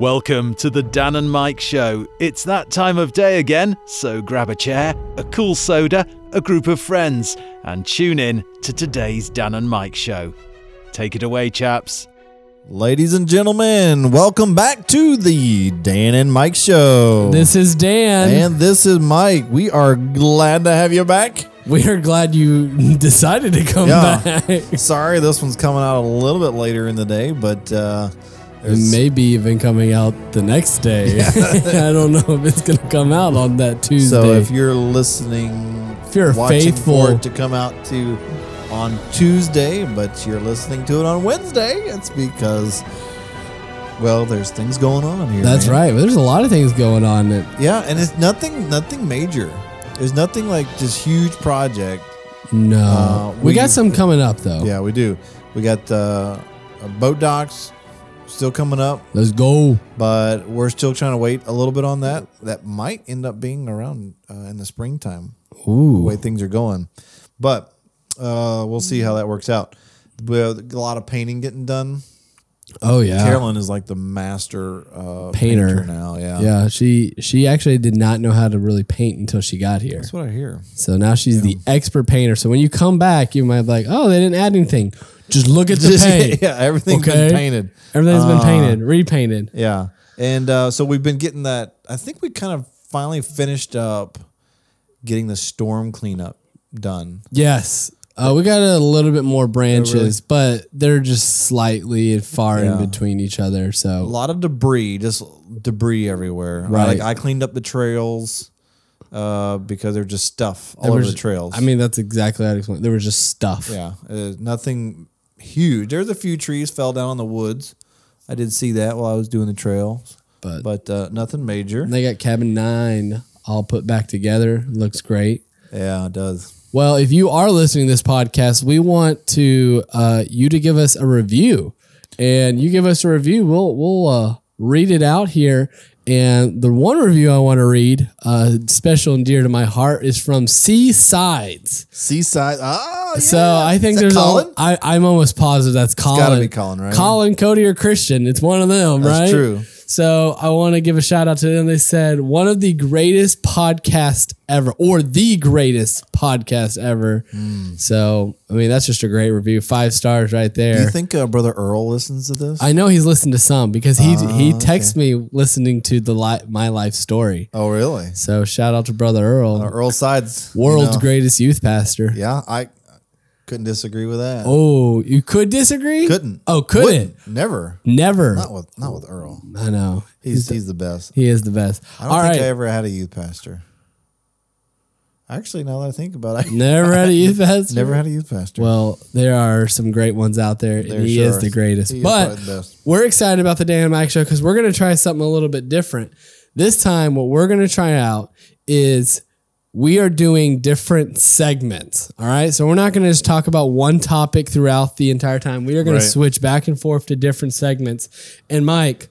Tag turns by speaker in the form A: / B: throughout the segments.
A: Welcome to the Dan and Mike Show. It's that time of day again, so grab a chair, a cool soda, a group of friends, and tune in to today's Dan and Mike Show. Take it away, chaps.
B: Ladies and gentlemen, welcome back to the Dan and Mike Show.
C: This is Dan.
B: and this is Mike. We are glad to have you back.
C: we are glad you decided to come
B: Yeah.
C: back.
B: Sorry, this one's coming out a little bit later in the day, but uh,
C: And
B: there's-
C: maybe even coming out the next day. I don't know if it's going to come out on that Tuesday.
B: so if you're listening,
C: If you're
B: watching
C: faithful-
B: for it to come out to on Tuesday, but you're listening to it on Wednesday, it's because well, there's things going on here.
C: That's
B: man.
C: right. There's a lot of things going on. That,
B: Yeah, and it's nothing, nothing major. There's nothing like this huge project.
C: no.
B: Uh,
C: we,
B: we-
C: got some coming up, though.
B: Yeah, we do. We got the uh, boat docks still coming up,
C: Let's go.
B: but we're still trying to wait a little bit on that. That might end up being around uh, in the springtime,
C: Ooh.
B: the way things are going. But uh, we'll see how that works out. We have a lot of painting getting done.
C: Oh, yeah.
B: Carolyn is like the master uh, painter.
C: Painter.
B: now. Yeah.
C: Yeah, she she actually did not know how to really paint until she got here.
B: That's what I hear.
C: So now she's the expert painter. So when you come back, you might be like, "Oh, they didn't add anything. Just look at the paint.
B: yeah, Uh, everything's been
C: Okay.
B: painted.
C: Everything's been painted, repainted."
B: Yeah. And uh, so we've been getting that. I think we kind of finally finished up getting the storm cleanup done.
C: Yes. Uh, we got a little bit more branches, but they're just slightly and far
B: Yeah.
C: in between each other.
B: A
C: So
B: lot of debris, just debris everywhere.
C: Right.
B: Like I cleaned up the trails uh, because they're just stuff all
C: There
B: over
C: was-
B: the trails.
C: I mean, that's exactly how to explain. There was just stuff.
B: yeah, uh, nothing huge. There's a few trees fell down in the woods. I did see that while I was doing the trails,
C: But-
B: but uh, nothing major.
C: They got cabin nine all put back together. Looks great.
B: Yeah, it does.
C: Well, if you are listening to this podcast, we want to uh, you to give us a review, and you give us a review, we'll we'll uh, read it out here. And the one review I want to read, uh, special and dear to my heart, is from Seasides.
B: Seaside. Ah, yeah.
C: So I think
B: Is that
C: there's
B: Colin?
C: a. I, I'm almost positive that's Colin.
B: gotta be Colin, right?
C: Colin, Cody, or Christian. It's one of them,
B: That's
C: right?
B: true.
C: So I want to give a shout out to them. They said one of the greatest podcast ever, or the greatest podcast ever. So I mean, that's just a great review. Five stars right there.
B: Do Hmm. you think uh, Brother Earl listens to this?
C: I know he's listened to some because he
B: Ah,
C: he texts me listening to the li- my life story.
B: oh, really? Uh,
C: So shout out to brother Earl,
B: Earl Sides. you
C: world's
B: know.
C: greatest youth pastor.
B: Yeah, I couldn't disagree with that.
C: Oh, you could disagree?
B: couldn't.
C: Oh, couldn't.
B: Wouldn't. Never.
C: Never.
B: Not with not with Earl.
C: I know.
B: He's he's the best.
C: He is the best.
B: I don't
C: All
B: think
C: right.
B: I ever had a youth pastor. Actually, now that I think about it, I
C: Never had a youth pastor.
B: never had a youth pastor.
C: Well, there are some great ones out there. and
B: There
C: he
B: sure
C: is
B: are.
C: the greatest.
B: He is
C: but
B: probably the best.
C: we're excited about the Dan and Mike show because we're going to try something a little bit different. This time, what we're going to try out is we are doing different segments. All right. So we're not going to just talk about one topic throughout the entire time. We are going
B: Right.
C: to switch back and forth to different segments. And Mike,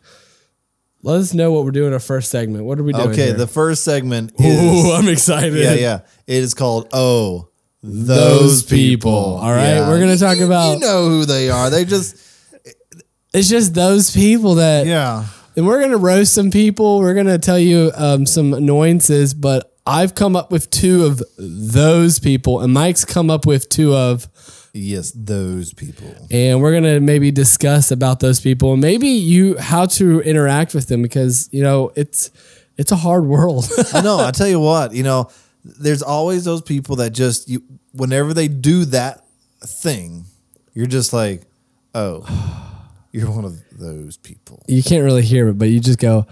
C: let us know what we're doing our first segment. What are we doing?
B: okay,
C: here?
B: the first segment is
C: Ooh, I'm excited.
B: yeah, yeah. It is called Oh, those,
C: Those
B: people.
C: people. All right, we're gonna talk
B: You-
C: about-
B: you know who they are. They just
C: It's just those people that
B: yeah.
C: And we're going to roast some people. We're going to tell you um, some annoyances, but I've come up with two of those people, and Mike's come up with two of,
B: Yes, those people.
C: and we're going to maybe discuss about those people and maybe you how to interact with them because you know it's it's a hard world.
B: I know. I tell you what, you know, there's always those people that just you whenever they do that thing, you're just like, oh, you're one of those people.
C: you can't really hear it, but you just go.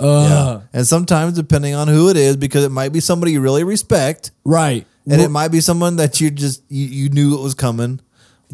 B: Yeah. And sometimes depending on who it is, because it might be somebody you really respect,
C: Right.
B: and it might be someone that you just you, you knew it was coming,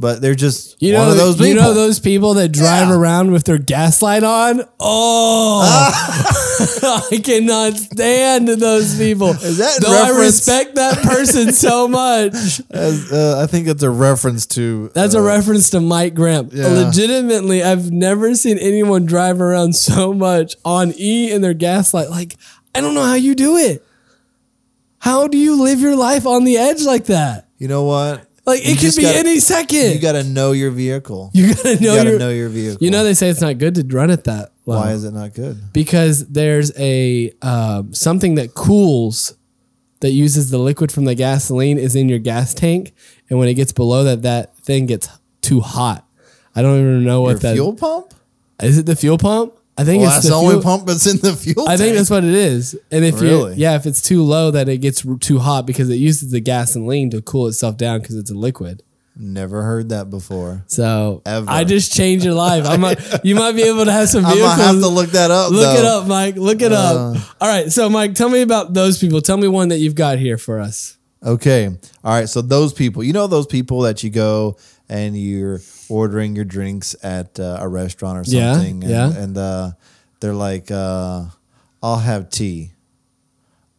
B: but they're just
C: You know,
B: one of those people.
C: you know those people that drive
B: Yeah.
C: around with their gaslight on? Oh, I cannot stand those people. Is
B: that in
C: Though I
B: reference-
C: respect that person so much.
B: As, uh, I think that's a reference to
C: That's
B: uh,
C: a reference to Mike Gramp.
B: Yeah.
C: Legitimately, I've never seen anyone drive around so much on E in their gaslight. Like, I don't know how you do it. How do you live your life on the edge like that?
B: You know what?
C: Like
B: You
C: it could
B: just
C: be
B: gotta-
C: any second.
B: You got to know your vehicle.
C: You gotta know
B: you gotta
C: your.
B: know your vehicle.
C: you know they say it's not good to run at that. level.
B: why is it not good?
C: Because there's a um, something that cools that uses the liquid from the gasoline is in your gas tank, and when it gets below that, that thing gets too hot. I don't even know what
B: Your
C: that is.
B: fuel pump?
C: It the fuel pump? I think
B: Well,
C: it's
B: that's
C: the,
B: the, only
C: fuel-
B: pump that's in the fuel.
C: I think
B: tank.
C: that's what it is. And if
B: Really?
C: you yeah, if it's too low, that it gets r- too hot because it uses the gasoline to cool itself down because it's a liquid.
B: never heard that before.
C: So
B: Ever.
C: I just changed your life. I might, you might be able to have some.
B: I'm
C: Vehicles.
B: gonna have to look that up.
C: Look
B: though. Uh.
C: it up, Mike. Look it up. All right. So, Mike, tell me about those people. Tell me one that you've got here for us.
B: Okay. All right. So those people, you know, those people that you go and you're ordering your drinks at uh, a restaurant or
C: Yeah,
B: something, and,
C: yeah.
B: and uh, they're like, uh, "I'll have tea,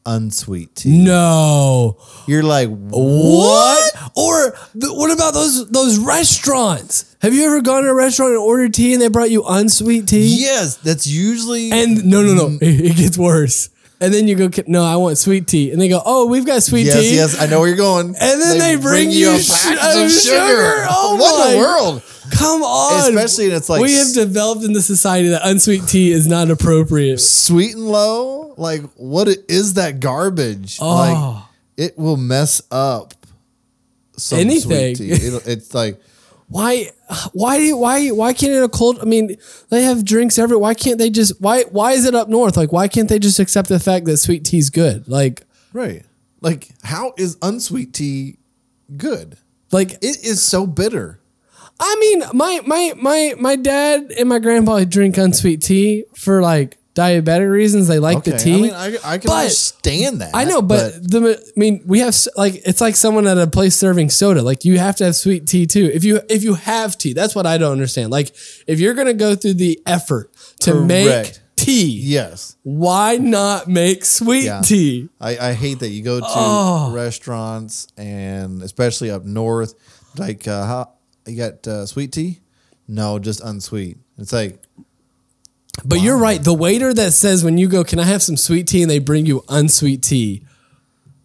B: unsweet tea."
C: No.
B: You're like,
C: Oh. What? Or th- what about those those restaurants? Have you ever gone to a restaurant and ordered tea and they brought you unsweet tea?
B: Yes, that's usually
C: And no, no, no, it, it gets worse. And then you go, "Ki- no, I want sweet tea, and they go, oh, we've got sweet
B: yes,
C: tea.
B: yes. I know where you're going.
C: And then they, bring, you,
B: a
C: sh-
B: package
C: of sugar. Oh
B: what in
C: my-
B: the world?
C: Come on.
B: Especially and it's like
C: we have
B: s-
C: developed in the society that unsweet tea is not appropriate.
B: sweet and low. Like, what i- is that garbage?
C: Oh.
B: Like, it will mess up some
C: Anything.
B: Sweet tea. It'll- it's like
C: Why? Why do? Why? Why can't it a cold? I mean, they have drinks every. Why can't they just? Why? Why is it up north? Like, why can't they just accept the fact that sweet tea's good? Like,
B: right. Like, how is unsweet tea good?
C: like
B: It is so bitter.
C: I mean, my my my my dad and my grandpa drink unsweet tea for like diabetic reasons. They like the tea.
B: I mean, I, I can
C: But-
B: understand that.
C: I know, but, the I mean, we have s- like it's like someone at a place serving soda. Like you have to have sweet tea too. If you if you have tea, that's what I don't understand. Like if you're gonna go through the effort to make
B: Correct.
C: tea,
B: yes,
C: why not make sweet
B: Yeah.
C: tea? Oh.
B: I, I hate that you go to restaurants and especially up north, like uh, how you got uh, sweet tea? No, just unsweet. It's like
C: But you're right. The waiter that says when you go, "Can I have some sweet tea?" and they bring you unsweet tea.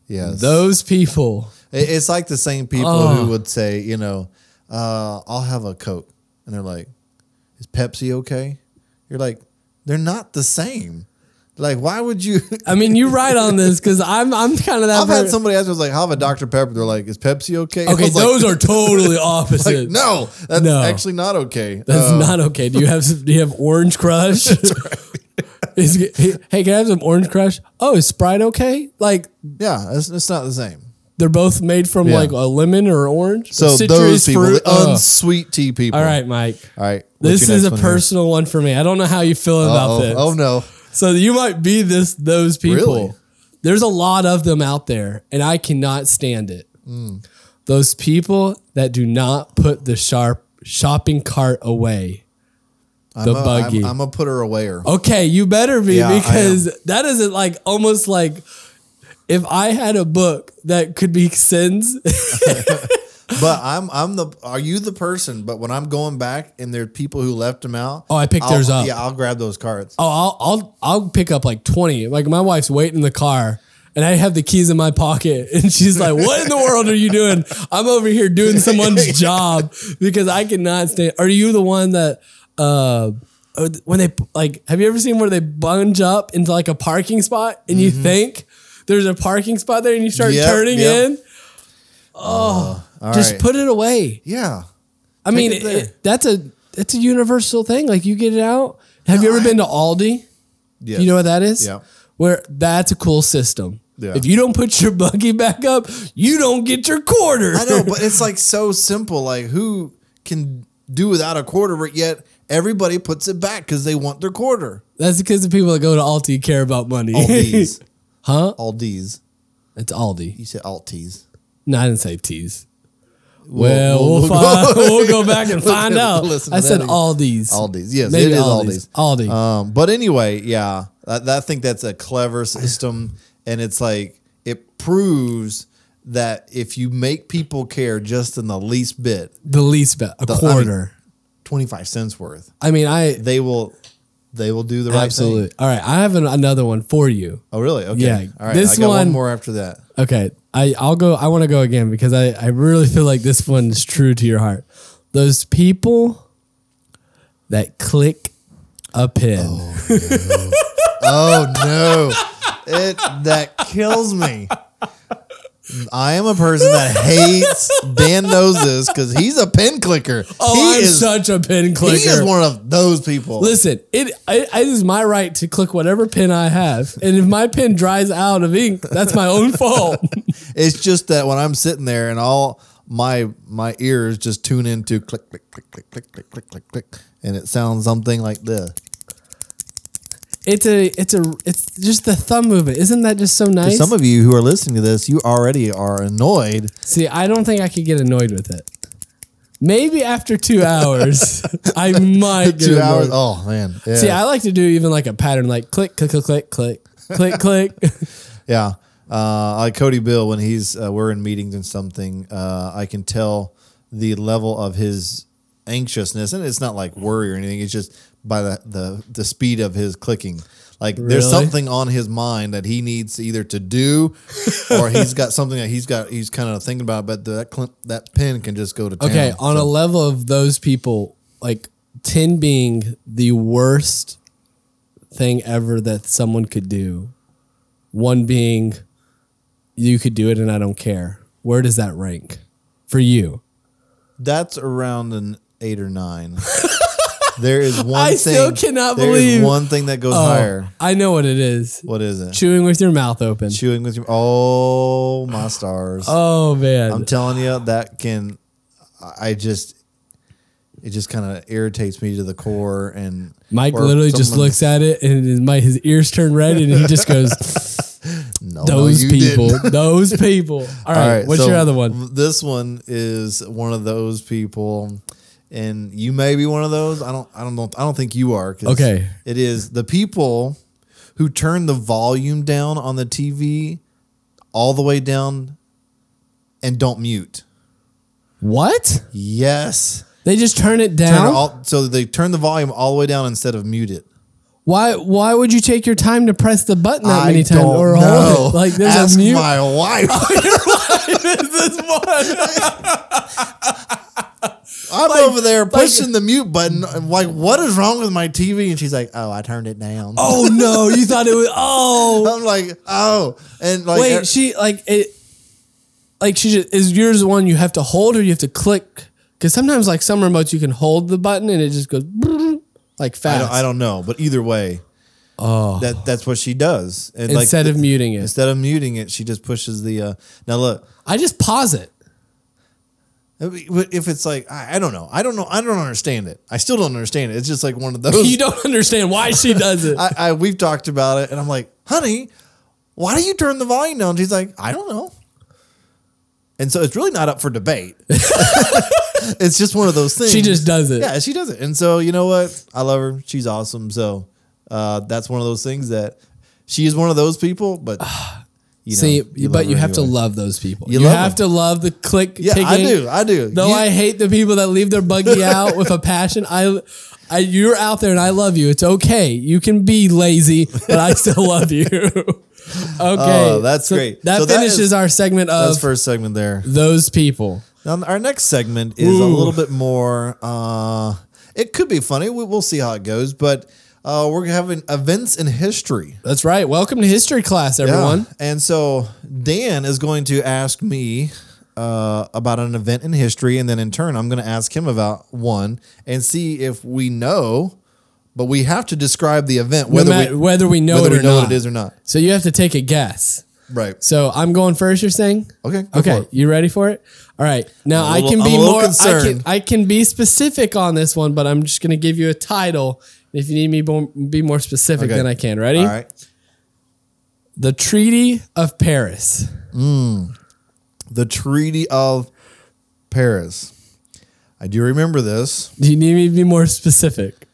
B: yes,
C: Those people.
B: It- it's like the same people who would say, you know, uh, I'll have a coke, and they're like, is Pepsi okay? You're like, they're not the same. Like, why would you?
C: I mean, you're right on this because I'm I'm kind of that.
B: I've had
C: per-
B: somebody ask me, I was like, I'll have a Dr Pepper. They're like, is Pepsi okay? I
C: Okay,
B: was like,
C: those are totally opposite.
B: like, no, that's
C: No.
B: actually not okay.
C: That's
B: Uh,
C: not okay. Do you have some, do you have Orange Crush? Is it- hey, hey, can I have some Orange Crush? Oh, is Sprite okay? Like
B: yeah, it's, it's not the same.
C: they're both made from
B: Yeah.
C: like a lemon or orange.
B: So
C: Citrus
B: those people,
C: fruit.
B: the
C: Ugh.
B: unsweet tea people.
C: All right, Mike.
B: all right. what's
C: This
B: your
C: is
B: next
C: a
B: one here?
C: personal one for me. I don't know how you feel about
B: Uh-oh.
C: this.
B: Oh no,
C: So you might be this those people.
B: Really?
C: There's a lot of them out there, and I cannot stand it.
B: Hmm.
C: Those people that do not put the sharp shopping cart away.
B: I'm
C: The
B: a,
C: buggy.
B: I'm, I'm a putter awayer.
C: Okay, you better be
B: Yeah, I am.
C: because that is like almost like if I had a book that could be sins.
B: But I'm I'm the are you the person? But when I'm going back and there are people who left them out,
C: Oh, I picked
B: I'll-
C: theirs up.
B: Yeah, I'll grab those cards.
C: oh, I'll I'll I'll pick up like twenty. Like my wife's waiting in the car. And I have the keys in my pocket, and she's like, "What in the world are you doing? I'm over here doing someone's job because I cannot stand." Are you the one that uh, uh, when they like? Have you ever seen where they bunge up into like a parking spot, and you think there's a parking spot there, and you start
B: Mm-hmm. Yep,
C: turning
B: yep.
C: in?
B: All
C: just
B: right.
C: put it away.
B: yeah.
C: I mean,
B: it there.
C: it- that's a that's a universal thing. Like you get it out. Have you ever been to Aldi?
B: Yes.
C: You know what that is?
B: Yeah.
C: Where that's a cool system.
B: Yeah.
C: If you don't put your buggy back up, you don't get your quarter.
B: I know, but it's like so simple. Like who can do without a quarter, but yet everybody puts it back because they want their quarter.
C: that's because the people that go to Aldi care about money.
B: Aldi's.
C: Huh?
B: Aldi's.
C: it's Aldi.
B: You said Altis.
C: No, I didn't say teas. Well, we'll,
B: we'll
C: find,
B: go-
C: we'll go back and find
B: We'll
C: out.
B: listen to
C: I
B: that
C: said
B: again.
C: Aldi's.
B: Aldi's. Yes, it
C: Maybe
B: is
C: Aldi's.
B: Aldi's.
C: Aldi.
B: Um, but anyway, yeah, I, I think that's a clever system, and it's like it proves that if you make people care just in the least bit,
C: the least bet, a
B: I mean-
C: quarter.
B: twenty five cents worth,
C: I mean, I
B: they will they will do the right thing.
C: Absolutely. All right. I have an, another one for you.
B: Oh, really? Okay.
C: Yeah.
B: All right.
C: This
B: I got one,
C: one-
B: more after that.
C: Okay. I, I'll go. I want to go again because I, I really feel like this one is true to your heart. Those people that click a pin.
B: Oh no, it that kills me. I am a person that hates. Dan knows this because he's a pen clicker.
C: Oh,
B: he
C: I'm
B: is.
C: such a pin clicker.
B: he is one of those people.
C: Listen, it, it it is my right to click whatever pen I have, and if my pen dries out of ink, that's my own fault.
B: It's just that when I'm sitting there and all my my ears just tune into click click click click click click click click click, and it sounds something like this.
C: It's a it's a it's just the thumb movement. Isn't that just so
B: For
C: nice?
B: some of you who are listening to this, you already are annoyed.
C: See, I don't think I could get annoyed with it. Maybe after two hours, I might get
B: Two
C: annoyed.
B: hours. Oh man. Yeah.
C: See, I like to do even like a pattern, like click, click, click, click, click, click, click.
B: Yeah. Uh, like Cody Bill, when he's uh, we're in meetings and something, uh, I can tell the level of his anxiousness, and it's not like worry or anything. It's just by the the, the speed of his clicking. Like there's
C: Really?
B: something on his mind that he needs either to do, or he's got something that he's got he's kind of thinking about. But that cl- that pen can just go to town.
C: Okay, on a level of those people, like ten being the worst thing ever that someone could do, one being you could do it and I don't care. Where does that rank for you?
B: That's around an eight or nine. there is one.
C: I
B: thing,
C: still cannot
B: there is
C: believe- Oh.
B: one thing that goes higher.
C: I know what it is.
B: What is it?
C: Chewing with your mouth open.
B: chewing with your oh my stars
C: Oh man.
B: i'm telling you that can i just it just kind of irritates me to the core and
C: Mike
B: or
C: literally just
B: someone-
C: looks at it and his, my, his ears turn red and he just goes,
B: no, no,
C: Those
B: you
C: people.
B: didn't.
C: Those people. All right.
B: All right,
C: what's
B: so
C: your other one?
B: this one is one of those people and you may be one of those i don't i don't know i don't think you are 'cause
C: Okay.
B: it is the people who turn the volume down on the tv all the way down and don't mute
C: What?
B: yes
C: They just turn it down.
B: Turn it all, so they turn the volume all the way down instead of mute it.
C: why? Why would you take your time to press the button that
B: I
C: many times
B: don't
C: or
B: know.
C: hold it? Like there's
B: Ask
C: a mute. Oh,
B: my wife.
C: this one.
B: I'm over there
C: like-
B: pushing the mute button. I'm like, what is wrong with my TV? And she's like, oh, I turned it down.
C: Oh no! You thought it was. Oh
B: I'm like, oh, and like,
C: wait, she like it. Like she just, is yours the one you have to hold or you have to click? Because sometimes like some remotes you can hold the button and it just goes like
B: I,
C: fast.
B: don't, I don't know, but either way, oh, that that's what she does. And
C: Instead
B: like,
C: of muting it,
B: instead of muting it, she just pushes the. Uh, now look,
C: I just pause it.
B: if it's like, I, I don't know, I don't know, I don't understand it. I still don't understand it. It's just like one of those.
C: You don't understand why she does it.
B: I, I we've talked about it, and I'm like, honey, why do you turn the volume down? She's like, I don't know. And so it's really not up for debate. it's just one of those things.
C: She just does it.
B: Yeah, she does it. And so you know what? I love her. She's awesome. So uh, that's one of those things that she is one of those people. But you know,
C: See,
B: love
C: but you
B: her
C: have to
B: anyway.
C: love those people.
B: You
C: You,
B: love
C: have to love the click.
B: Yeah, I
C: ticking.
B: do. I do.
C: Though
B: You-
C: I hate the people that leave their buggy out with a passion, I, I, you're out there and I love you. It's okay. You can be lazy, but I still love you. okay,
B: Oh, that's
C: So
B: great.
C: That
B: So that
C: finishes
B: is-
C: our segment
B: That's
C: of
B: first segment there.
C: those people.
B: Now, our next segment is a little bit more. Uh, it could be funny. We, we'll see how it goes, but uh, we're having events in history.
C: That's right. Welcome to history class,
B: Yeah.
C: everyone.
B: And so Dan is going to ask me uh, about an event in history, and then in turn, I'm going to ask him about one and see if we know. But we have to describe the event whether
C: Whether, no matter,
B: we
C: whether we know
B: whether
C: it
B: we
C: or
B: know
C: not,
B: what it is or not.
C: So you have to take a guess.
B: Right.
C: So I'm going first. You're saying
B: Okay, go for
C: Okay.
B: it.
C: You ready for it? All right. Now
B: I'm a
C: I can
B: little- I'm
C: be
B: a little
C: more. I
B: concerned.
C: can, I can be specific on this one, but I'm just going to give you a title. If you need me bo- be more specific,
B: Okay.
C: then I can. Ready?
B: All right.
C: The Treaty of Paris.
B: The Treaty of Paris. I do remember this.
C: Do you need me to be more specific?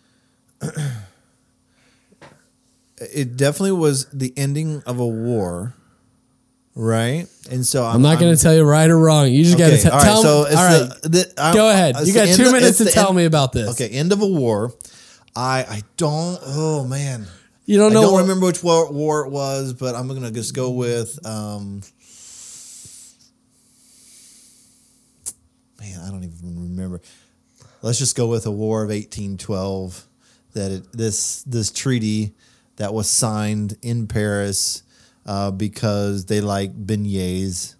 B: it definitely was the ending of a war, right? And so I'm,
C: I'm not going to tell you right or wrong. You just got to tell.
B: So
C: all right.
B: it's the- the- I'm-
C: Go ahead.
B: it's
C: You
B: the
C: got
B: end
C: two
B: of-
C: minutes
B: it's
C: to
B: the
C: tell
B: end-
C: me about this.
B: Okay, end of a war. I I don't. Oh man,
C: You don't know.
B: I don't
C: what-
B: remember which war, war it was, but I'm gonna just go with. Um, man, I don't even remember. Let's just go with a war of 1812. That it, this this treaty that was signed in Paris uh, because they like beignets.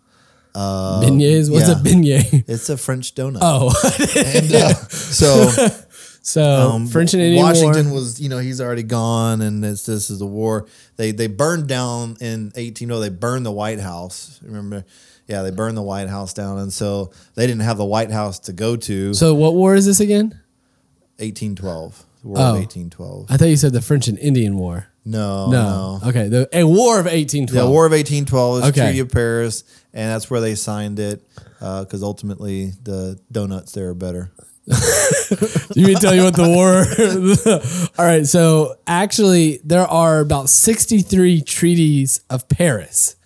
B: Uh,
C: Beignets. What's a
B: yeah.
C: beignet?
B: It's a French donut.
C: Oh,
B: And, uh, so
C: so
B: um,
C: French and Indian
B: Washington
C: War.
B: was, you know, he's already gone, and it's, this is the war. They they burned down in eighteen oh. They burned the White House. Remember? Yeah, they burned the White House down, and so they didn't have the White House to go to.
C: So what war is this again?
B: eighteen twelve, the War
C: Oh.
B: of eighteen twelve.
C: I thought you said the French and Indian War.
B: No,
C: No.
B: no,
C: Okay. The a war of
B: the
C: 1812.
B: War of eighteen twelve is
C: Okay.
B: Treaty of Paris, and that's where they signed it because ultimately the donuts there are better.
C: You mean tell you what the war? All right. So actually, there are about 63 treaties of Paris.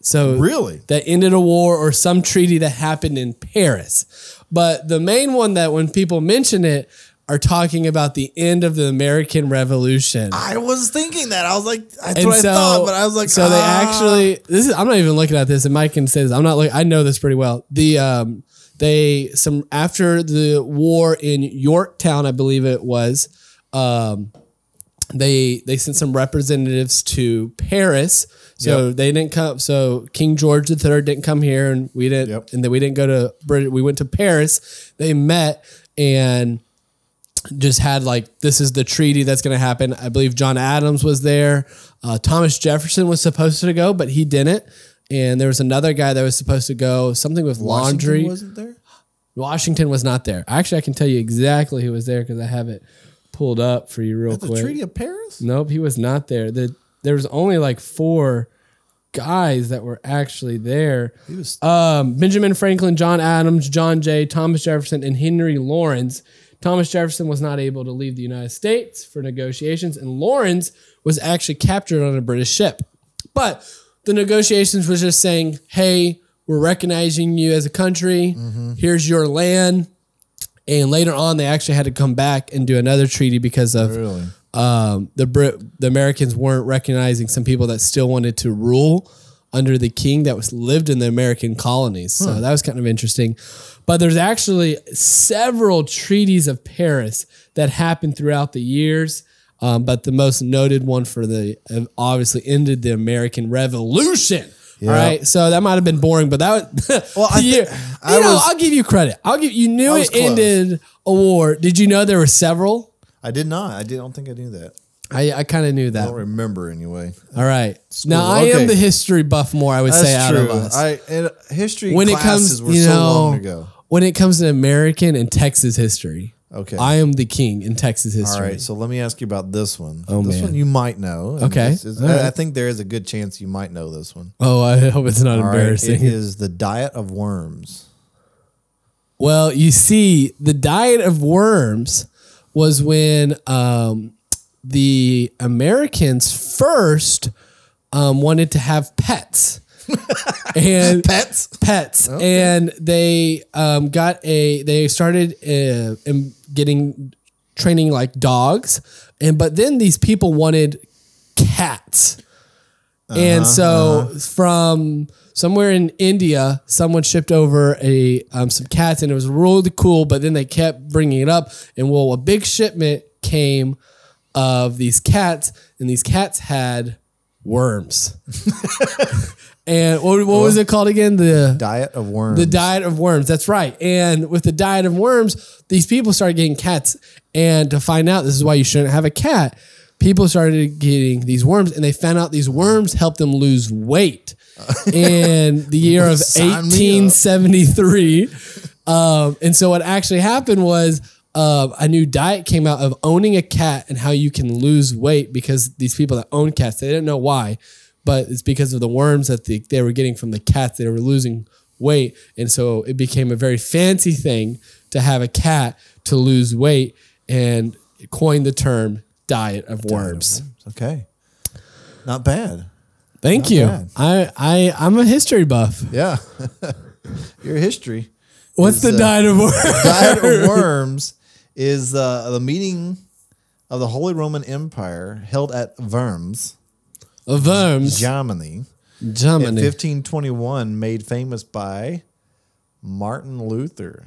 C: So
B: Really?
C: that ended a war or some treaty that happened in Paris. But the main one that when people mention it are talking about the end of the American Revolution.
B: I was thinking that I was like, that's
C: and
B: what
C: so,
B: I thought, but I was like,
C: so they
B: ah.
C: actually. This is. I'm not even looking at this, and Mike can say this. I'm not. Look, I know this pretty well. The um, they some after the war in Yorktown, I believe it was. Um, they they sent some representatives to Paris. So they didn't come. So King George III didn't come here, and we didn't.
B: Yep.
C: And then we didn't go to Britain. We went to Paris. They met and just had like this is the treaty that's going to happen. I believe John Adams was there. Uh, Thomas Jefferson was supposed to go, but he didn't. And there was another guy that was supposed to go. Something with laundry.
B: Washington wasn't there.
C: Washington was not there. Actually, I can tell you exactly who was there because I have it pulled up for you real
B: The
C: quick.
B: Treaty of Paris?
C: Nope, he was not there. The, there was only like four guys that were actually there. He
B: was-
C: um, Benjamin Franklin, John Adams, John Jay, Thomas Jefferson, and Henry Lawrence. Thomas Jefferson was not able to leave the United States for negotiations, and Lawrence was actually captured on a British ship. But the negotiations was just saying, "Hey, we're recognizing you as a country. Here's your land." And later on, they actually had to come back and do another treaty because of
B: Really?
C: um, the Brit, the Americans weren't recognizing some people that still wanted to rule under the king that was lived in the American colonies. So
B: Hmm.
C: that was kind of interesting. But there's actually several treaties of Paris that happened throughout the years. Um, but the most noted one for the obviously ended the American Revolution. All right, so that might have been boring, but that was
B: Well, I
C: the year.
B: thi- I
C: you know,
B: was-
C: I'll give you credit. I'll give you knew
B: was
C: it
B: close.
C: ended a war. Did you know there were several?
B: I did not. I did, don't think I knew that.
C: I, I kind of knew that.
B: I don't remember anyway.
C: All right. Now I
B: Okay.
C: am the history buff more. I would say out of us.
B: I and uh, history
C: when it
B: classes
C: comes,
B: were
C: you
B: so
C: know,
B: long ago.
C: when it comes to American and Texas history,
B: Okay.
C: I am the king in Texas
B: All
C: history.
B: right, so let me ask you about this one. Oh, this
C: man.
B: one you might know. and
C: Okay.
B: this is-
C: All right.
B: I think there is a good chance you might know this one.
C: Oh, I hope it's not
B: All right, it
C: embarrassing.
B: is the diet of worms.
C: Well, you see, the diet of worms was when um, the Americans first um, wanted to have pets. and
B: Pets.
C: pets and they um, got a they started uh, em- getting training like dogs and but then these people wanted cats and so from somewhere in India, someone shipped over a um, some cats, and it was really cool. But then they kept bringing it up, and well, a big shipment came of these cats, and these cats had worms. and what, what was it called again? The
B: Diet of worms.
C: the diet of worms. That's right. And with the diet of worms, these people started getting cats. And to find out, this is why you shouldn't have a cat. People started getting these worms, and they found out these worms helped them lose weight. In the year of
B: Sign me up.
C: 1873, um, and so what actually happened was uh, a new diet came out of owning a cat and how you can lose weight because these people that own cats they didn't know why, but it's because of the worms that the, they were getting from the cats they were losing weight, and so it became a very fancy thing to have a cat to lose weight and coined the term diet of worms.
B: okay. Not bad.
C: Thank you.
B: bad.
C: I I I'm a history buff.
B: Yeah. Your history.
C: What's the
B: uh,
C: diet of worms?
B: diet of worms is uh, the meeting of the Holy Roman Empire held at Worms,
C: Of Worms,
B: Germany, in
C: Germany.
B: 1521, made famous by Martin Luther.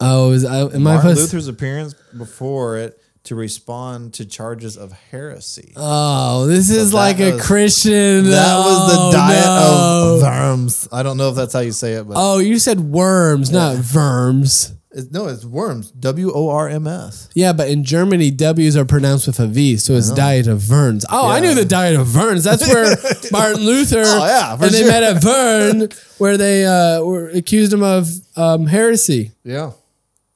C: Oh, is, I, am I
B: Martin
C: supposed?
B: Luther's appearance before it to respond to charges of heresy.
C: oh, this is
B: that
C: like a
B: was-
C: Christian.
B: that was the
C: Oh,
B: diet
C: no.
B: of worms. I don't know if that's how you say it, but
C: Oh, you said worms, not worms.
B: it- no, it's worms. W O R M S.
C: Yeah, but in Germany, W's are pronounced with a V, so it's Diet of Verns. Oh, I
B: Yeah.
C: knew the Diet of Verns. That's where Martin Luther
B: Oh, yeah, for
C: and they
B: sure.
C: met at Vern, where they uh, were accused him of um, heresy.
B: Yeah.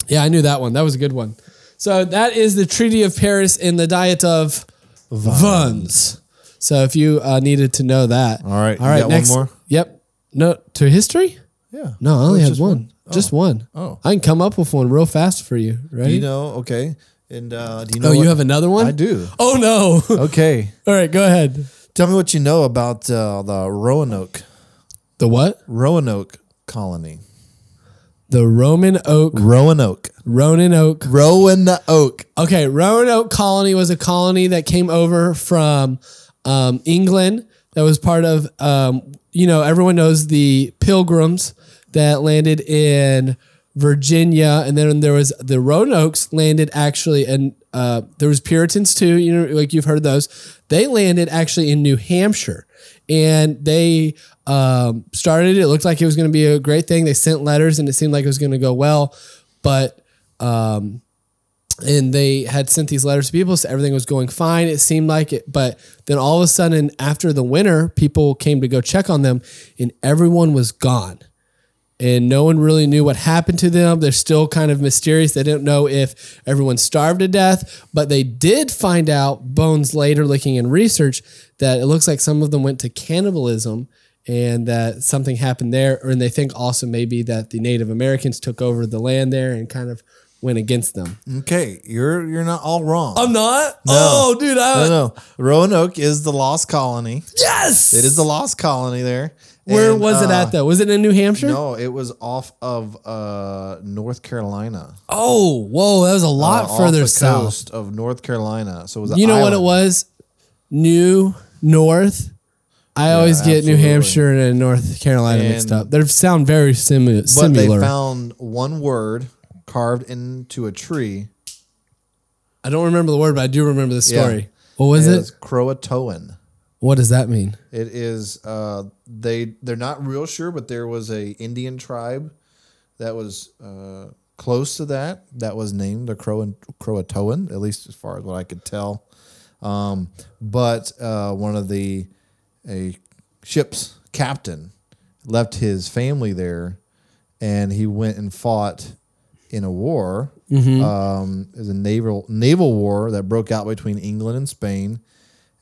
C: Yeah, I knew that one. That was a good one. So that is the Treaty of Paris and the Diet of Verns. So if you uh, needed to know that,
B: All right,
C: all
B: you
C: right,
B: got one
C: next,
B: more?
C: Yep. No, to history.
B: Yeah.
C: No, I only
B: It's
C: had
B: just
C: one. Just one.
B: Oh.
C: I can come up with one real fast for you. Ready?
B: Do you know? Okay. And uh, do you know?
C: oh, you
B: what-
C: have another one?
B: I do.
C: Oh no.
B: Okay.
C: All right, go ahead.
B: Tell me what you know about uh, the Roanoke
C: The what?
B: Roanoke colony.
C: The Roman Oak,
B: Roanoke.
C: Ronan Oak.
B: Roanoke.
C: Okay, Roanoke Colony was a colony that came over from um, England that was part of, um, you know, everyone knows the Pilgrims that landed in Virginia. And then there was the Roanokes landed actually, and uh, there was Puritans too, you know, like you've heard those. They landed actually in New Hampshire. and they um, started it. It looked like it was going to be a great thing. They sent letters, and it seemed like it was going to go well, but um, and they had sent these letters to people, so everything was going fine. It seemed like it, but then all of a sudden, after the winter, people came to go check on them, and everyone was gone and no one really knew what happened to them. They're still kind of mysterious. They don't know if everyone starved to death, but they did find out bones later looking in research that it looks like some of them went to cannibalism and that something happened there. Or, and they think also maybe that the Native Americans took over the land there and kind of went against them.
B: Okay, you're you're not all wrong.
C: I'm not. Oh, dude. I,
B: no, no. Roanoke is the lost colony.
C: Yes.
B: It is the lost colony there.
C: Where
B: And,
C: was it
B: uh,
C: at though? Was it in New Hampshire?
B: No, it was off of uh, North Carolina.
C: Oh, whoa. That was a lot
B: Uh, off
C: further
B: the
C: south.
B: coast of North Carolina. So it was. an
C: You know what it
B: island.
C: was? New North. I always get New
B: absolutely.
C: Hampshire and North Carolina mixed
B: And-
C: up. They sound very simi-
B: But
C: similar.
B: they found one word carved into a tree.
C: I don't remember the word, but I do remember the
B: Yeah.
C: story. What was
B: and
C: it?
B: it's Croatoan.
C: What does that mean?
B: It is. Uh, they they're not real sure, but there was a Indian tribe that was uh, close to that that was named the Croan, Croatoan, at least as far as what I could tell. Um, but uh, one of the a ship's captain left his family there, and he went and fought in a war. Um, it was a naval naval war that broke out between England and Spain,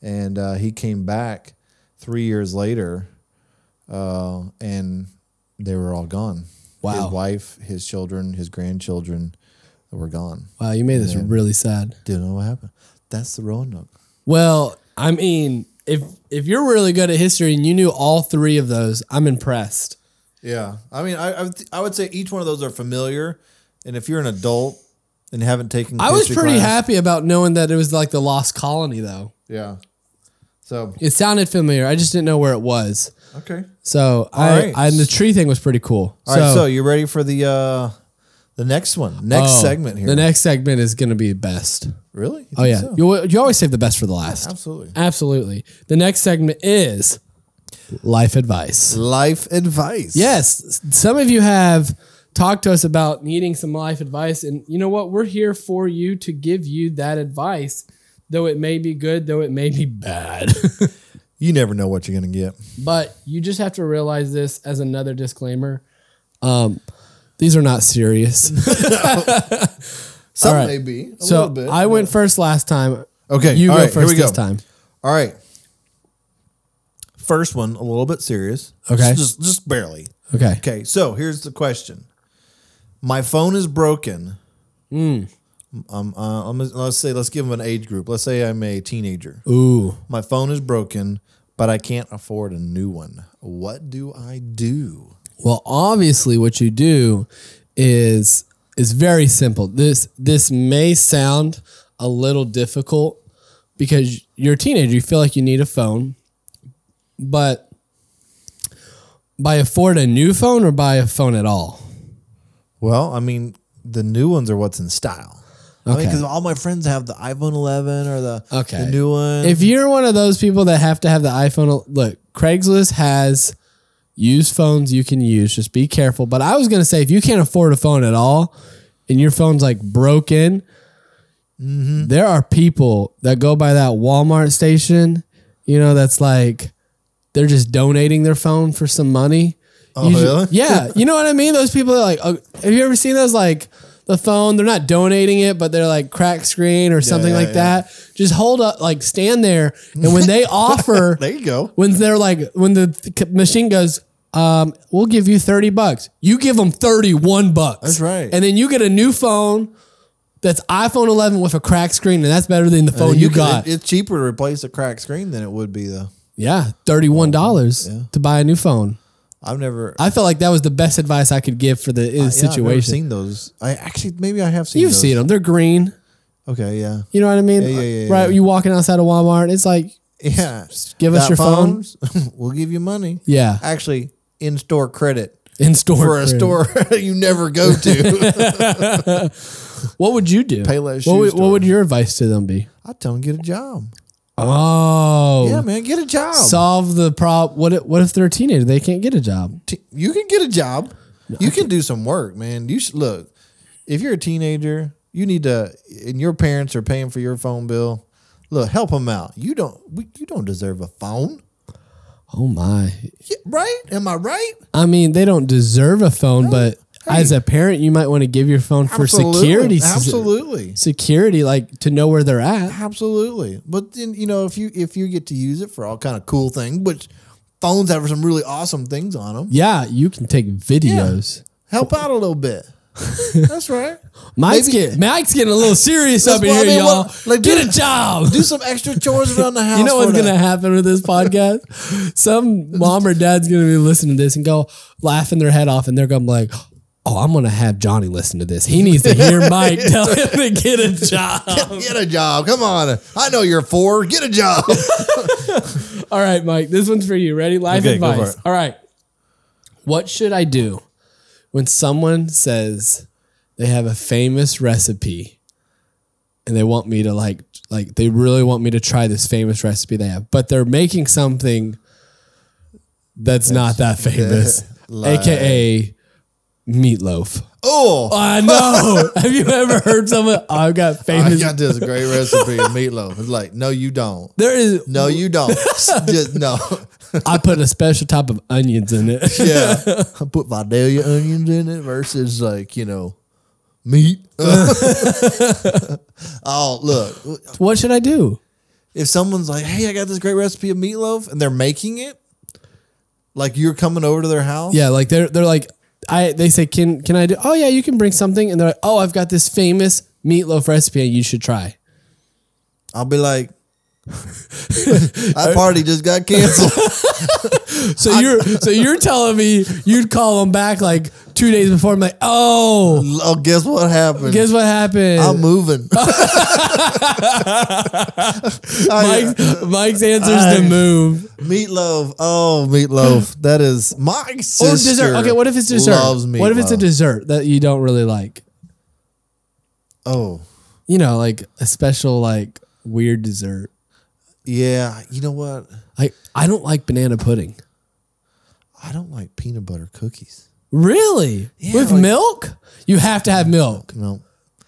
B: and uh, he came back three years later, uh, and they were all gone. His
C: Wow.
B: wife, his children, his grandchildren were gone.
C: Wow, you made this really sad.
B: Didn't know what happened. That's the Roanoke.
C: Well, I mean, if if you're really good at history and you knew all three of those, I'm impressed.
B: Yeah, I mean, I I would, I would say each one of those are familiar, and if you're an adult and haven't taken,
C: I was
B: history
C: pretty
B: class-
C: happy about knowing that it was like the lost colony though.
B: Yeah. So
C: It sounded familiar. I just didn't know where it was.
B: okay.
C: So I,
B: right.
C: I and the tree thing was pretty cool.
B: All right, so, you're ready for the uh the next one, next
C: Oh,
B: segment here.
C: The next segment is going to be best.
B: really? You
C: Oh
B: think
C: yeah,
B: so?
C: you you always save the best for the last.
B: absolutely.
C: Absolutely. The next segment is life advice.
B: Life advice.
C: Yes, some of you have talked to us about needing some life advice, and you know what? We're here for you to give you that advice, though it may be good, though it may be bad.
B: You never know what you're gonna get.
C: But you just have to realize this as another disclaimer. Um, these are not serious.
B: Some
C: right.
B: may be a
C: so
B: little bit.
C: I went first last time.
B: Okay,
C: you
B: all
C: go
B: right, here
C: first
B: we go.
C: this time.
B: All right. First one, a little bit serious.
C: Okay.
B: Just just barely.
C: Okay.
B: Okay, so here's the question. My phone is broken.
C: Hmm.
B: Um, uh, I'm, let's say, let's give them an age group. Let's say I'm a teenager.
C: Ooh.
B: My phone is broken, but I can't afford a new one. What do I do?
C: Well, obviously, what you do is is very simple. This this may sound a little difficult because you're a teenager. You feel like you need a phone, but by afford a new phone or buy a phone at all.
B: Well, I mean, the new ones are what's in style. I mean,
C: Okay.
B: because all my friends have the iPhone 11 or the
C: Okay.
B: the new one.
C: If you're one of those people that have to have the iPhone, look, Craigslist has used phones you can use. Just be careful. But I was going to say, if you can't afford a phone at all and your phone's like broken,
B: Mm-hmm.
C: there are people that go by that Walmart station, you know, that's like they're just donating their phone for some money.
B: Oh,
C: You ju-
B: really?
C: yeah. You know what I mean? Those people are like, oh, have you ever seen those? Like, the phone, they're not donating it, but they're like crack screen or something
B: yeah,
C: like
B: yeah.
C: that. Just hold up, like stand there. And when they offer,
B: there you go.
C: when they're like, when the th- machine goes, um, we'll give you 30 bucks, you give them 31 bucks.
B: That's right.
C: And then you get a new phone that's iPhone 11 with a crack screen, and that's better than the phone Oh, you,
B: Uh, can-
C: got.
B: it- it's cheaper to replace a cracked screen than it would be though.
C: yeah, $31 to buy a new phone.
B: I've never
C: I felt like that was the best advice I could give for the uh,
B: yeah, I've never
C: situation.
B: seen those. I actually maybe I have seen.
C: You've
B: those.
C: seen them, they're green.
B: Okay, yeah,
C: You know what I mean?
B: Yeah, yeah, yeah,
C: right,
B: yeah.
C: you walking outside of Walmart, it's like,
B: yeah.
C: give us your phone.
B: phone. we'll give you money.
C: yeah,
B: Actually, in store credit
C: in store
B: for a
C: credit.
B: store you never go to.
C: What would you do?
B: Payless shoe
C: what, would,
B: store.
C: what would your advice to them be?
B: I tell them get a job.
C: Oh,
B: Yeah, man, get a job.
C: solve the problem. What if, what if they're a teenager? They can't get a job.
B: T- you can get a job. You can do some work, man. You should look. If you're a teenager, you need to, and your parents are paying for your phone bill. Look, help them out. You don't. We, you don't deserve a phone,
C: Oh my!
B: Yeah, right? Am I right?
C: I mean, they don't deserve a phone, but
B: hey.
C: as a parent, you might want to give your phone for security.
B: Absolutely.
C: Security, like to know where they're at.
B: Absolutely. But then you know if you if you get to use it for all kind of cool things, which phones have some really awesome things on them.
C: Yeah, you can take videos.
B: Help out a little bit. That's right.
C: Mike's
B: Maybe-
C: getting Mike's getting a little serious
B: That's
C: up in
B: what
C: here,
B: I mean,
C: y'all.
B: what- like,
C: get
B: do-
C: a job.
B: Do some extra chores around the house.
C: You know what's
B: for
C: going
B: that.
C: to happen with this podcast? Some mom or dad's going to be listening to this and go laughing their head off, and they're going to be like, Oh, I'm going to have Johnny listen to this. He needs to hear Mike tell him to get a job.
B: Get a job. Come on. I know you're four. Get a job.
C: All right, Mike, this one's for you. Ready? Life
A: Okay, go for
C: advice.
A: it.
C: All right. What should I do when someone says they have a famous recipe and they want me to like like they really want me to try this famous recipe they have, but they're making something that's not that famous.
B: Like-
C: AKA meatloaf.
B: oh,
C: I know. have you ever heard someone I've got
B: I
C: famous
B: got this great recipe of meatloaf. It's like, no, you don't.
C: there is
B: No, you don't. Just no.
C: I put a special type of onions in it.
B: Yeah. I put Vidalia onions in it versus like, you know, meat. oh, look.
C: What should I do?
B: If someone's like, hey, I got this great recipe of meatloaf and they're making it, like you're coming over to their house.
C: Yeah, like they're they're like I they say can can I do? Oh yeah, you can bring something, and they're like, oh I've got this famous meatloaf recipe you should try.
B: I'll be like, that party just got canceled.
C: So you're so you're telling me you'd call them back like two days before. I'm like, oh,
B: oh, guess what happened?
C: guess what happened?
B: I'm moving. Oh, I-
C: Mike's, Mike's answers the move.
B: meatloaf. Oh, meatloaf. That is my
C: Or
B: sister.
C: dessert. Okay, what if it's dessert?
B: Loves meatloaf.
C: what if it's a dessert that you don't really like?
B: Oh,
C: You know, like a special like weird dessert.
B: yeah. You know what?
C: Like I don't like banana pudding.
B: I don't like peanut butter cookies.
C: Really? With
B: like-
C: milk? You have to have milk.
B: No.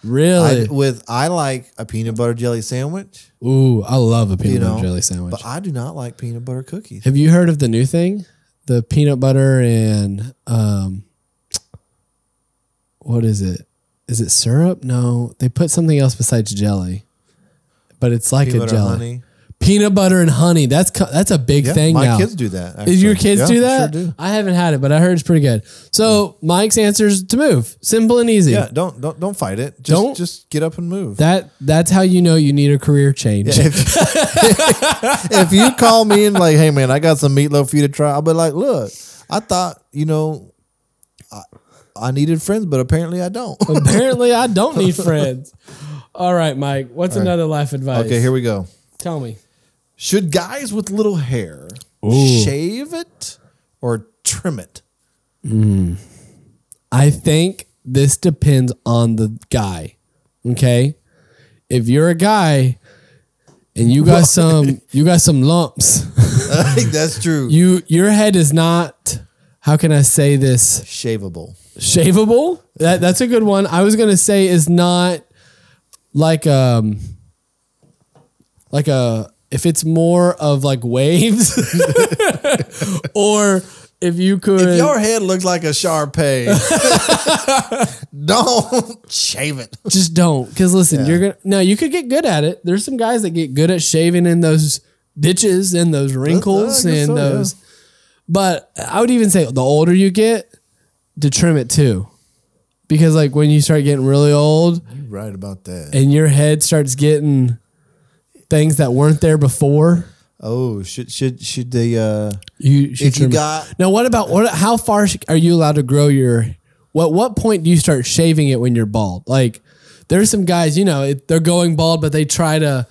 C: Really?
B: I, with I like a peanut butter jelly sandwich,
C: Ooh, I love a peanut
B: You
C: butter
B: know,
C: jelly sandwich.
B: but I do not like peanut butter cookies.
C: Have you heard of the new thing? The peanut butter and um what is it? Is it syrup? No, they put something else besides jelly. But it's like
B: Peanut
C: a
B: butter
C: jelly.
B: honey.
C: Peanut butter and honey. That's co- that's a big
B: Yeah,
C: thing
B: my
C: now.
B: kids do that.
C: Did
B: Actually.
C: your kids
B: Yeah,
C: do
B: they
C: that?
B: Sure do.
C: I haven't had it, but I heard it's pretty good. So Mike's answers to move. Simple and easy.
B: Yeah, don't don't don't fight it. Just
C: Don't-
B: just get up and move.
C: That that's how you know you need a career change.
B: if, if you call me and like, hey man, I got some meatloaf for you to try, I'll be like, look, I thought you know, I, I needed friends, but apparently I don't.
C: Apparently, I don't need friends. All right, Mike. What's another life advice?
B: Okay, here we go.
C: Tell me.
B: Should guys with little hair shave it or trim it?
C: I think this depends on the guy. Okay. If you're a guy and you got some you got some lumps,
B: I think that's true.
C: you your head is not how can I say this
B: Shaveable.
C: shavable? That that's a good one. I was gonna say is not like um like a if it's more of like waves or if you could
B: If your head looks like a Sharpay, don't shave it.
C: just don't because listen you're gonna no you could get good at it there's some guys that get good at shaving in those ditches and those wrinkles
B: Uh, I guess
C: and
B: so, yeah.
C: those but i would even say the older you get to trim it too because like when you start getting really old
B: You're right about that.
C: and your head starts getting things that weren't there before
B: Oh, should should should they? Uh,
C: you should
B: If you
C: trim it.
B: got-
C: now what about what how far sh- are you allowed to grow your what what point do you start shaving it when you're bald like there's some guys you know it, they're going bald but they try to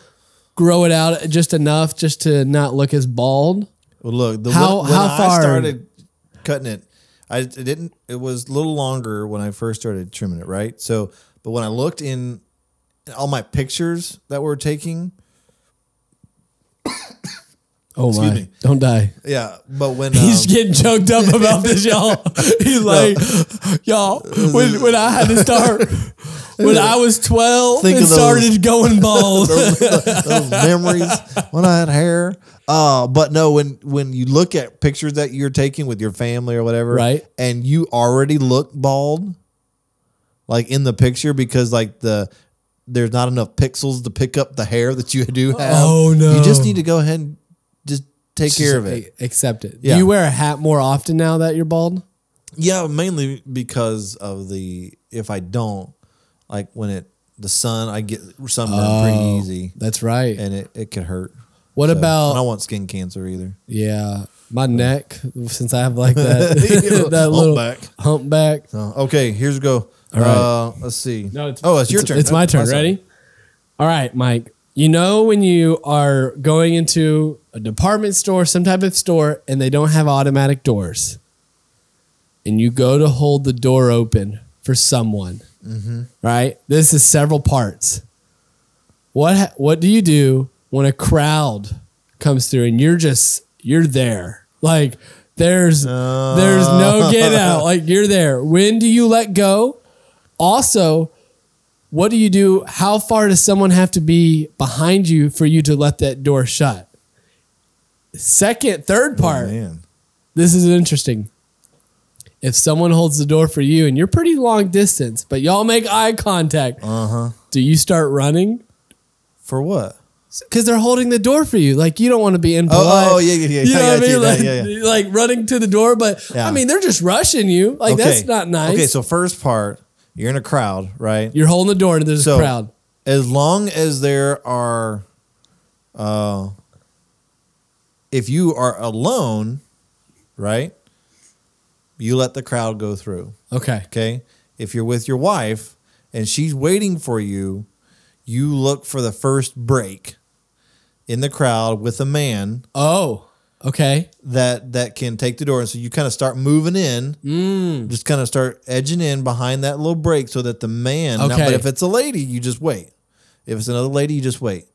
C: grow it out just enough just to not look as bald
B: well, look, the,
C: How-
B: when, when
C: how far-
B: I started cutting it, I it didn't. It was a little longer when I first started trimming it, right? So, but when I looked in all my pictures that we're taking,
C: oh
B: Excuse
C: my
B: me.
C: don't die
B: yeah. But when
C: He's
B: um,
C: getting choked up about this, y'all. He's like, y'all, when, when I had to start, when I was 12
B: Think
C: and
B: of those-
C: started going bald.
B: those, those memories when I had hair. Uh, but no, when when you look at pictures that you're taking with your family or whatever,
C: Right.
B: and you already look bald, like in the picture because like the there's not enough pixels to pick up the hair that you do have.
C: Oh, no.
B: You just need to go ahead and just take care of it.
C: Accept it.
B: Yeah.
C: Do you wear a hat more often now that you're bald?
B: Yeah, mainly because of the if I don't like when it the sun I get sunburn pretty easy
C: That's right.
B: and it it could hurt.
C: Oh. What
B: So,
C: about
B: I don't want skin cancer either.
C: yeah, my neck since I have like that that little
B: Humpback.
C: humpback.
B: Uh, okay, here's a go.
C: right.
B: Uh, let's see. oh, it's your turn.
C: It's my turn.
B: sorry.
C: Ready? All right, Mike. You know when you are going into a department store, some type of store, and they don't have automatic doors, and you go to hold the door open for someone,
B: Mm-hmm.
C: right? This is several parts. What ha- what do you do when a crowd comes through and you're just you're there? Like there's there's no get out. Like you're there. When do you let go? Also, what do you do? How far does someone have to be behind you for you to let that door shut? Second, third part
B: Man,
C: this is interesting. If someone holds the door for you and you're pretty long distance, but y'all make eye contact, uh-huh. do you start running?
B: for what?
C: Because they're holding the door for you. Like you don't want to be impolite.
B: oh, yeah, yeah, yeah.
C: You know
B: I
C: what I
B: got
C: mean?
B: you.
C: Like,
B: Yeah, yeah,
C: like running to the door, but
B: Yeah.
C: I mean they're just rushing you. Like that's not nice.
B: Okay, so first part, you're in a crowd, right?
C: you're holding the door and there's
B: so
C: a crowd.
B: As long as there are, uh, if you are alone, right, you let the crowd go through.
C: Okay.
B: Okay. If you're with your wife and she's waiting for you, you look for the first break in the crowd with a man
C: Oh. Okay.
B: that that can take the door. And so you kind of start moving in,
C: Mm.
B: just kind of start edging in behind that little break so that the man. now, but
C: Okay.
B: if it's a lady, you just wait. If it's another lady, you just wait,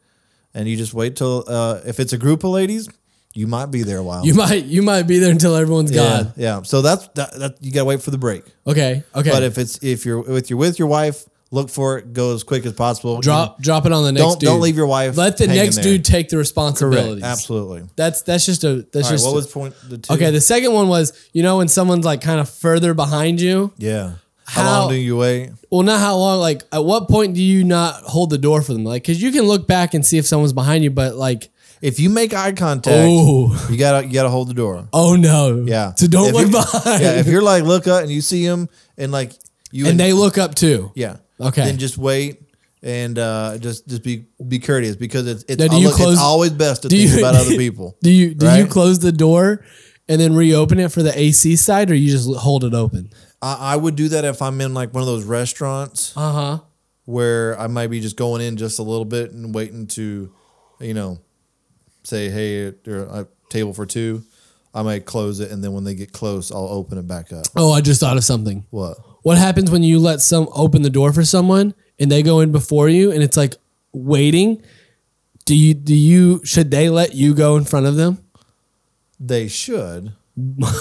B: and you just wait till uh, if it's a group of ladies, you might be there a while.
C: You might you might be there until everyone's
B: yeah,
C: gone.
B: yeah. So that's that, that. You gotta wait for the break.
C: Okay. Okay.
B: But if it's if you're with you're with your wife, look for it. Go as quick as possible.
C: drop drop it on the next
B: Don't
C: dude.
B: don't leave your wife.
C: Let the
B: hanging
C: next
B: there.
C: dude take the responsibilities.
B: Correct. Absolutely. All
C: That's that's just a that's
B: right.
C: just
B: What
C: a-
B: was point the two?
C: okay. The second one was you know when someone's like kind of further behind you.
B: yeah. How,
C: How-
B: long do you wait?
C: Well, not how long. Like at what point do you not hold the door for them? Like because you can look back and see if someone's behind you, but like
B: If you make eye contact,
C: oh
B: you gotta you gotta hold the door.
C: oh no
B: Yeah.
C: So don't
B: If
C: look
B: you-
C: behind.
B: Yeah. If you're like look up and you see him and like you
C: and they look up too.
B: yeah
C: Okay.
B: then just wait. And uh, just just be be courteous because it's it's,
C: Now, do you
B: always,
C: close-
B: it's always best to
C: do
B: think
C: you-
B: about other people.
C: Do you do you
B: Right?
C: close the door and then reopen it for the AC side, or you just hold it open?
B: I, I would do that if I'm in like one of those restaurants
C: Uh huh.
B: where I might be just going in just a little bit and waiting to, you know, say, hey, there- uh, table for two. I might close it, and then when they get close, I'll open it back up.
C: Oh, I just thought of something.
B: What?
C: What happens when you let some open the door for someone and they go in before you and it's like waiting? Do you do you should they let you go in front of them?
B: They should. but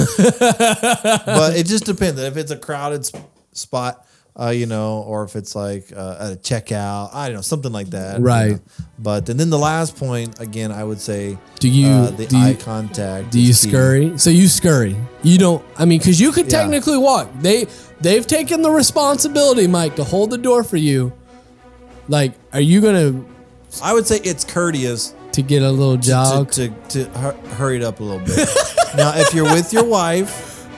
B: it just depends. If it's a crowded sp- spot, uh, you know, or if it's like uh, at a checkout, I don't know, something like that. you
C: Right.
B: know. But and then the last point again, I would say,
C: Do you-
B: uh, the
C: do you-
B: eye contact?
C: Do
B: is
C: you
B: key.
C: scurry? So you scurry. You don't I mean cuz you could
B: Yeah.
C: technically walk. They they've taken the responsibility, Mike, to hold the door for you. Like are you going
B: I would say it's courteous
C: to to get a little jog?
B: to, to, to hu- hurry it up a little bit. now, if you're with your wife,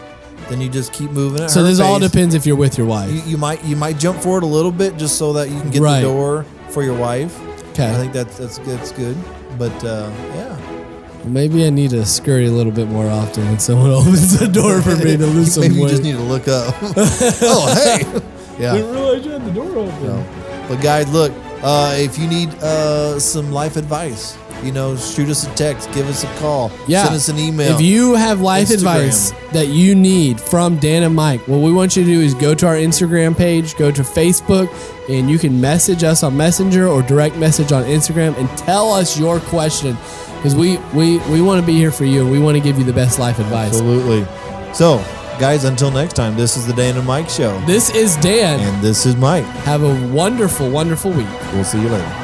B: then you just keep moving. At
C: So
B: her
C: this all
B: pace.
C: depends if you're with your wife.
B: You, you might you might jump forward a little bit just so that you can get
C: Right.
B: the door for your wife.
C: 'Kay.
B: I think that's that's that's good. But uh, yeah,
C: Maybe I need to scurry a little bit more often when someone opens the door for me to lose some
B: maybe you
C: weight.
B: just need to look up. oh hey, yeah.
C: realize you had the door open.
B: But guys, look, uh, if you need uh, some life advice, you know, shoot us a text, give us a call,
C: Yeah.
B: send us an email.
C: If you have life
B: Instagram.
C: advice that you need from Dan and Mike, what we want you to do is go to our Instagram page, go to Facebook, and you can message us on Messenger or direct message on Instagram and tell us your question because we, we, we want to be here for you and we want to give you the best life advice.
B: Absolutely. So, guys, until next time, this is the Dan and Mike Show.
C: This is Dan.
B: And this is Mike.
C: Have a wonderful, wonderful week.
B: We'll see you later.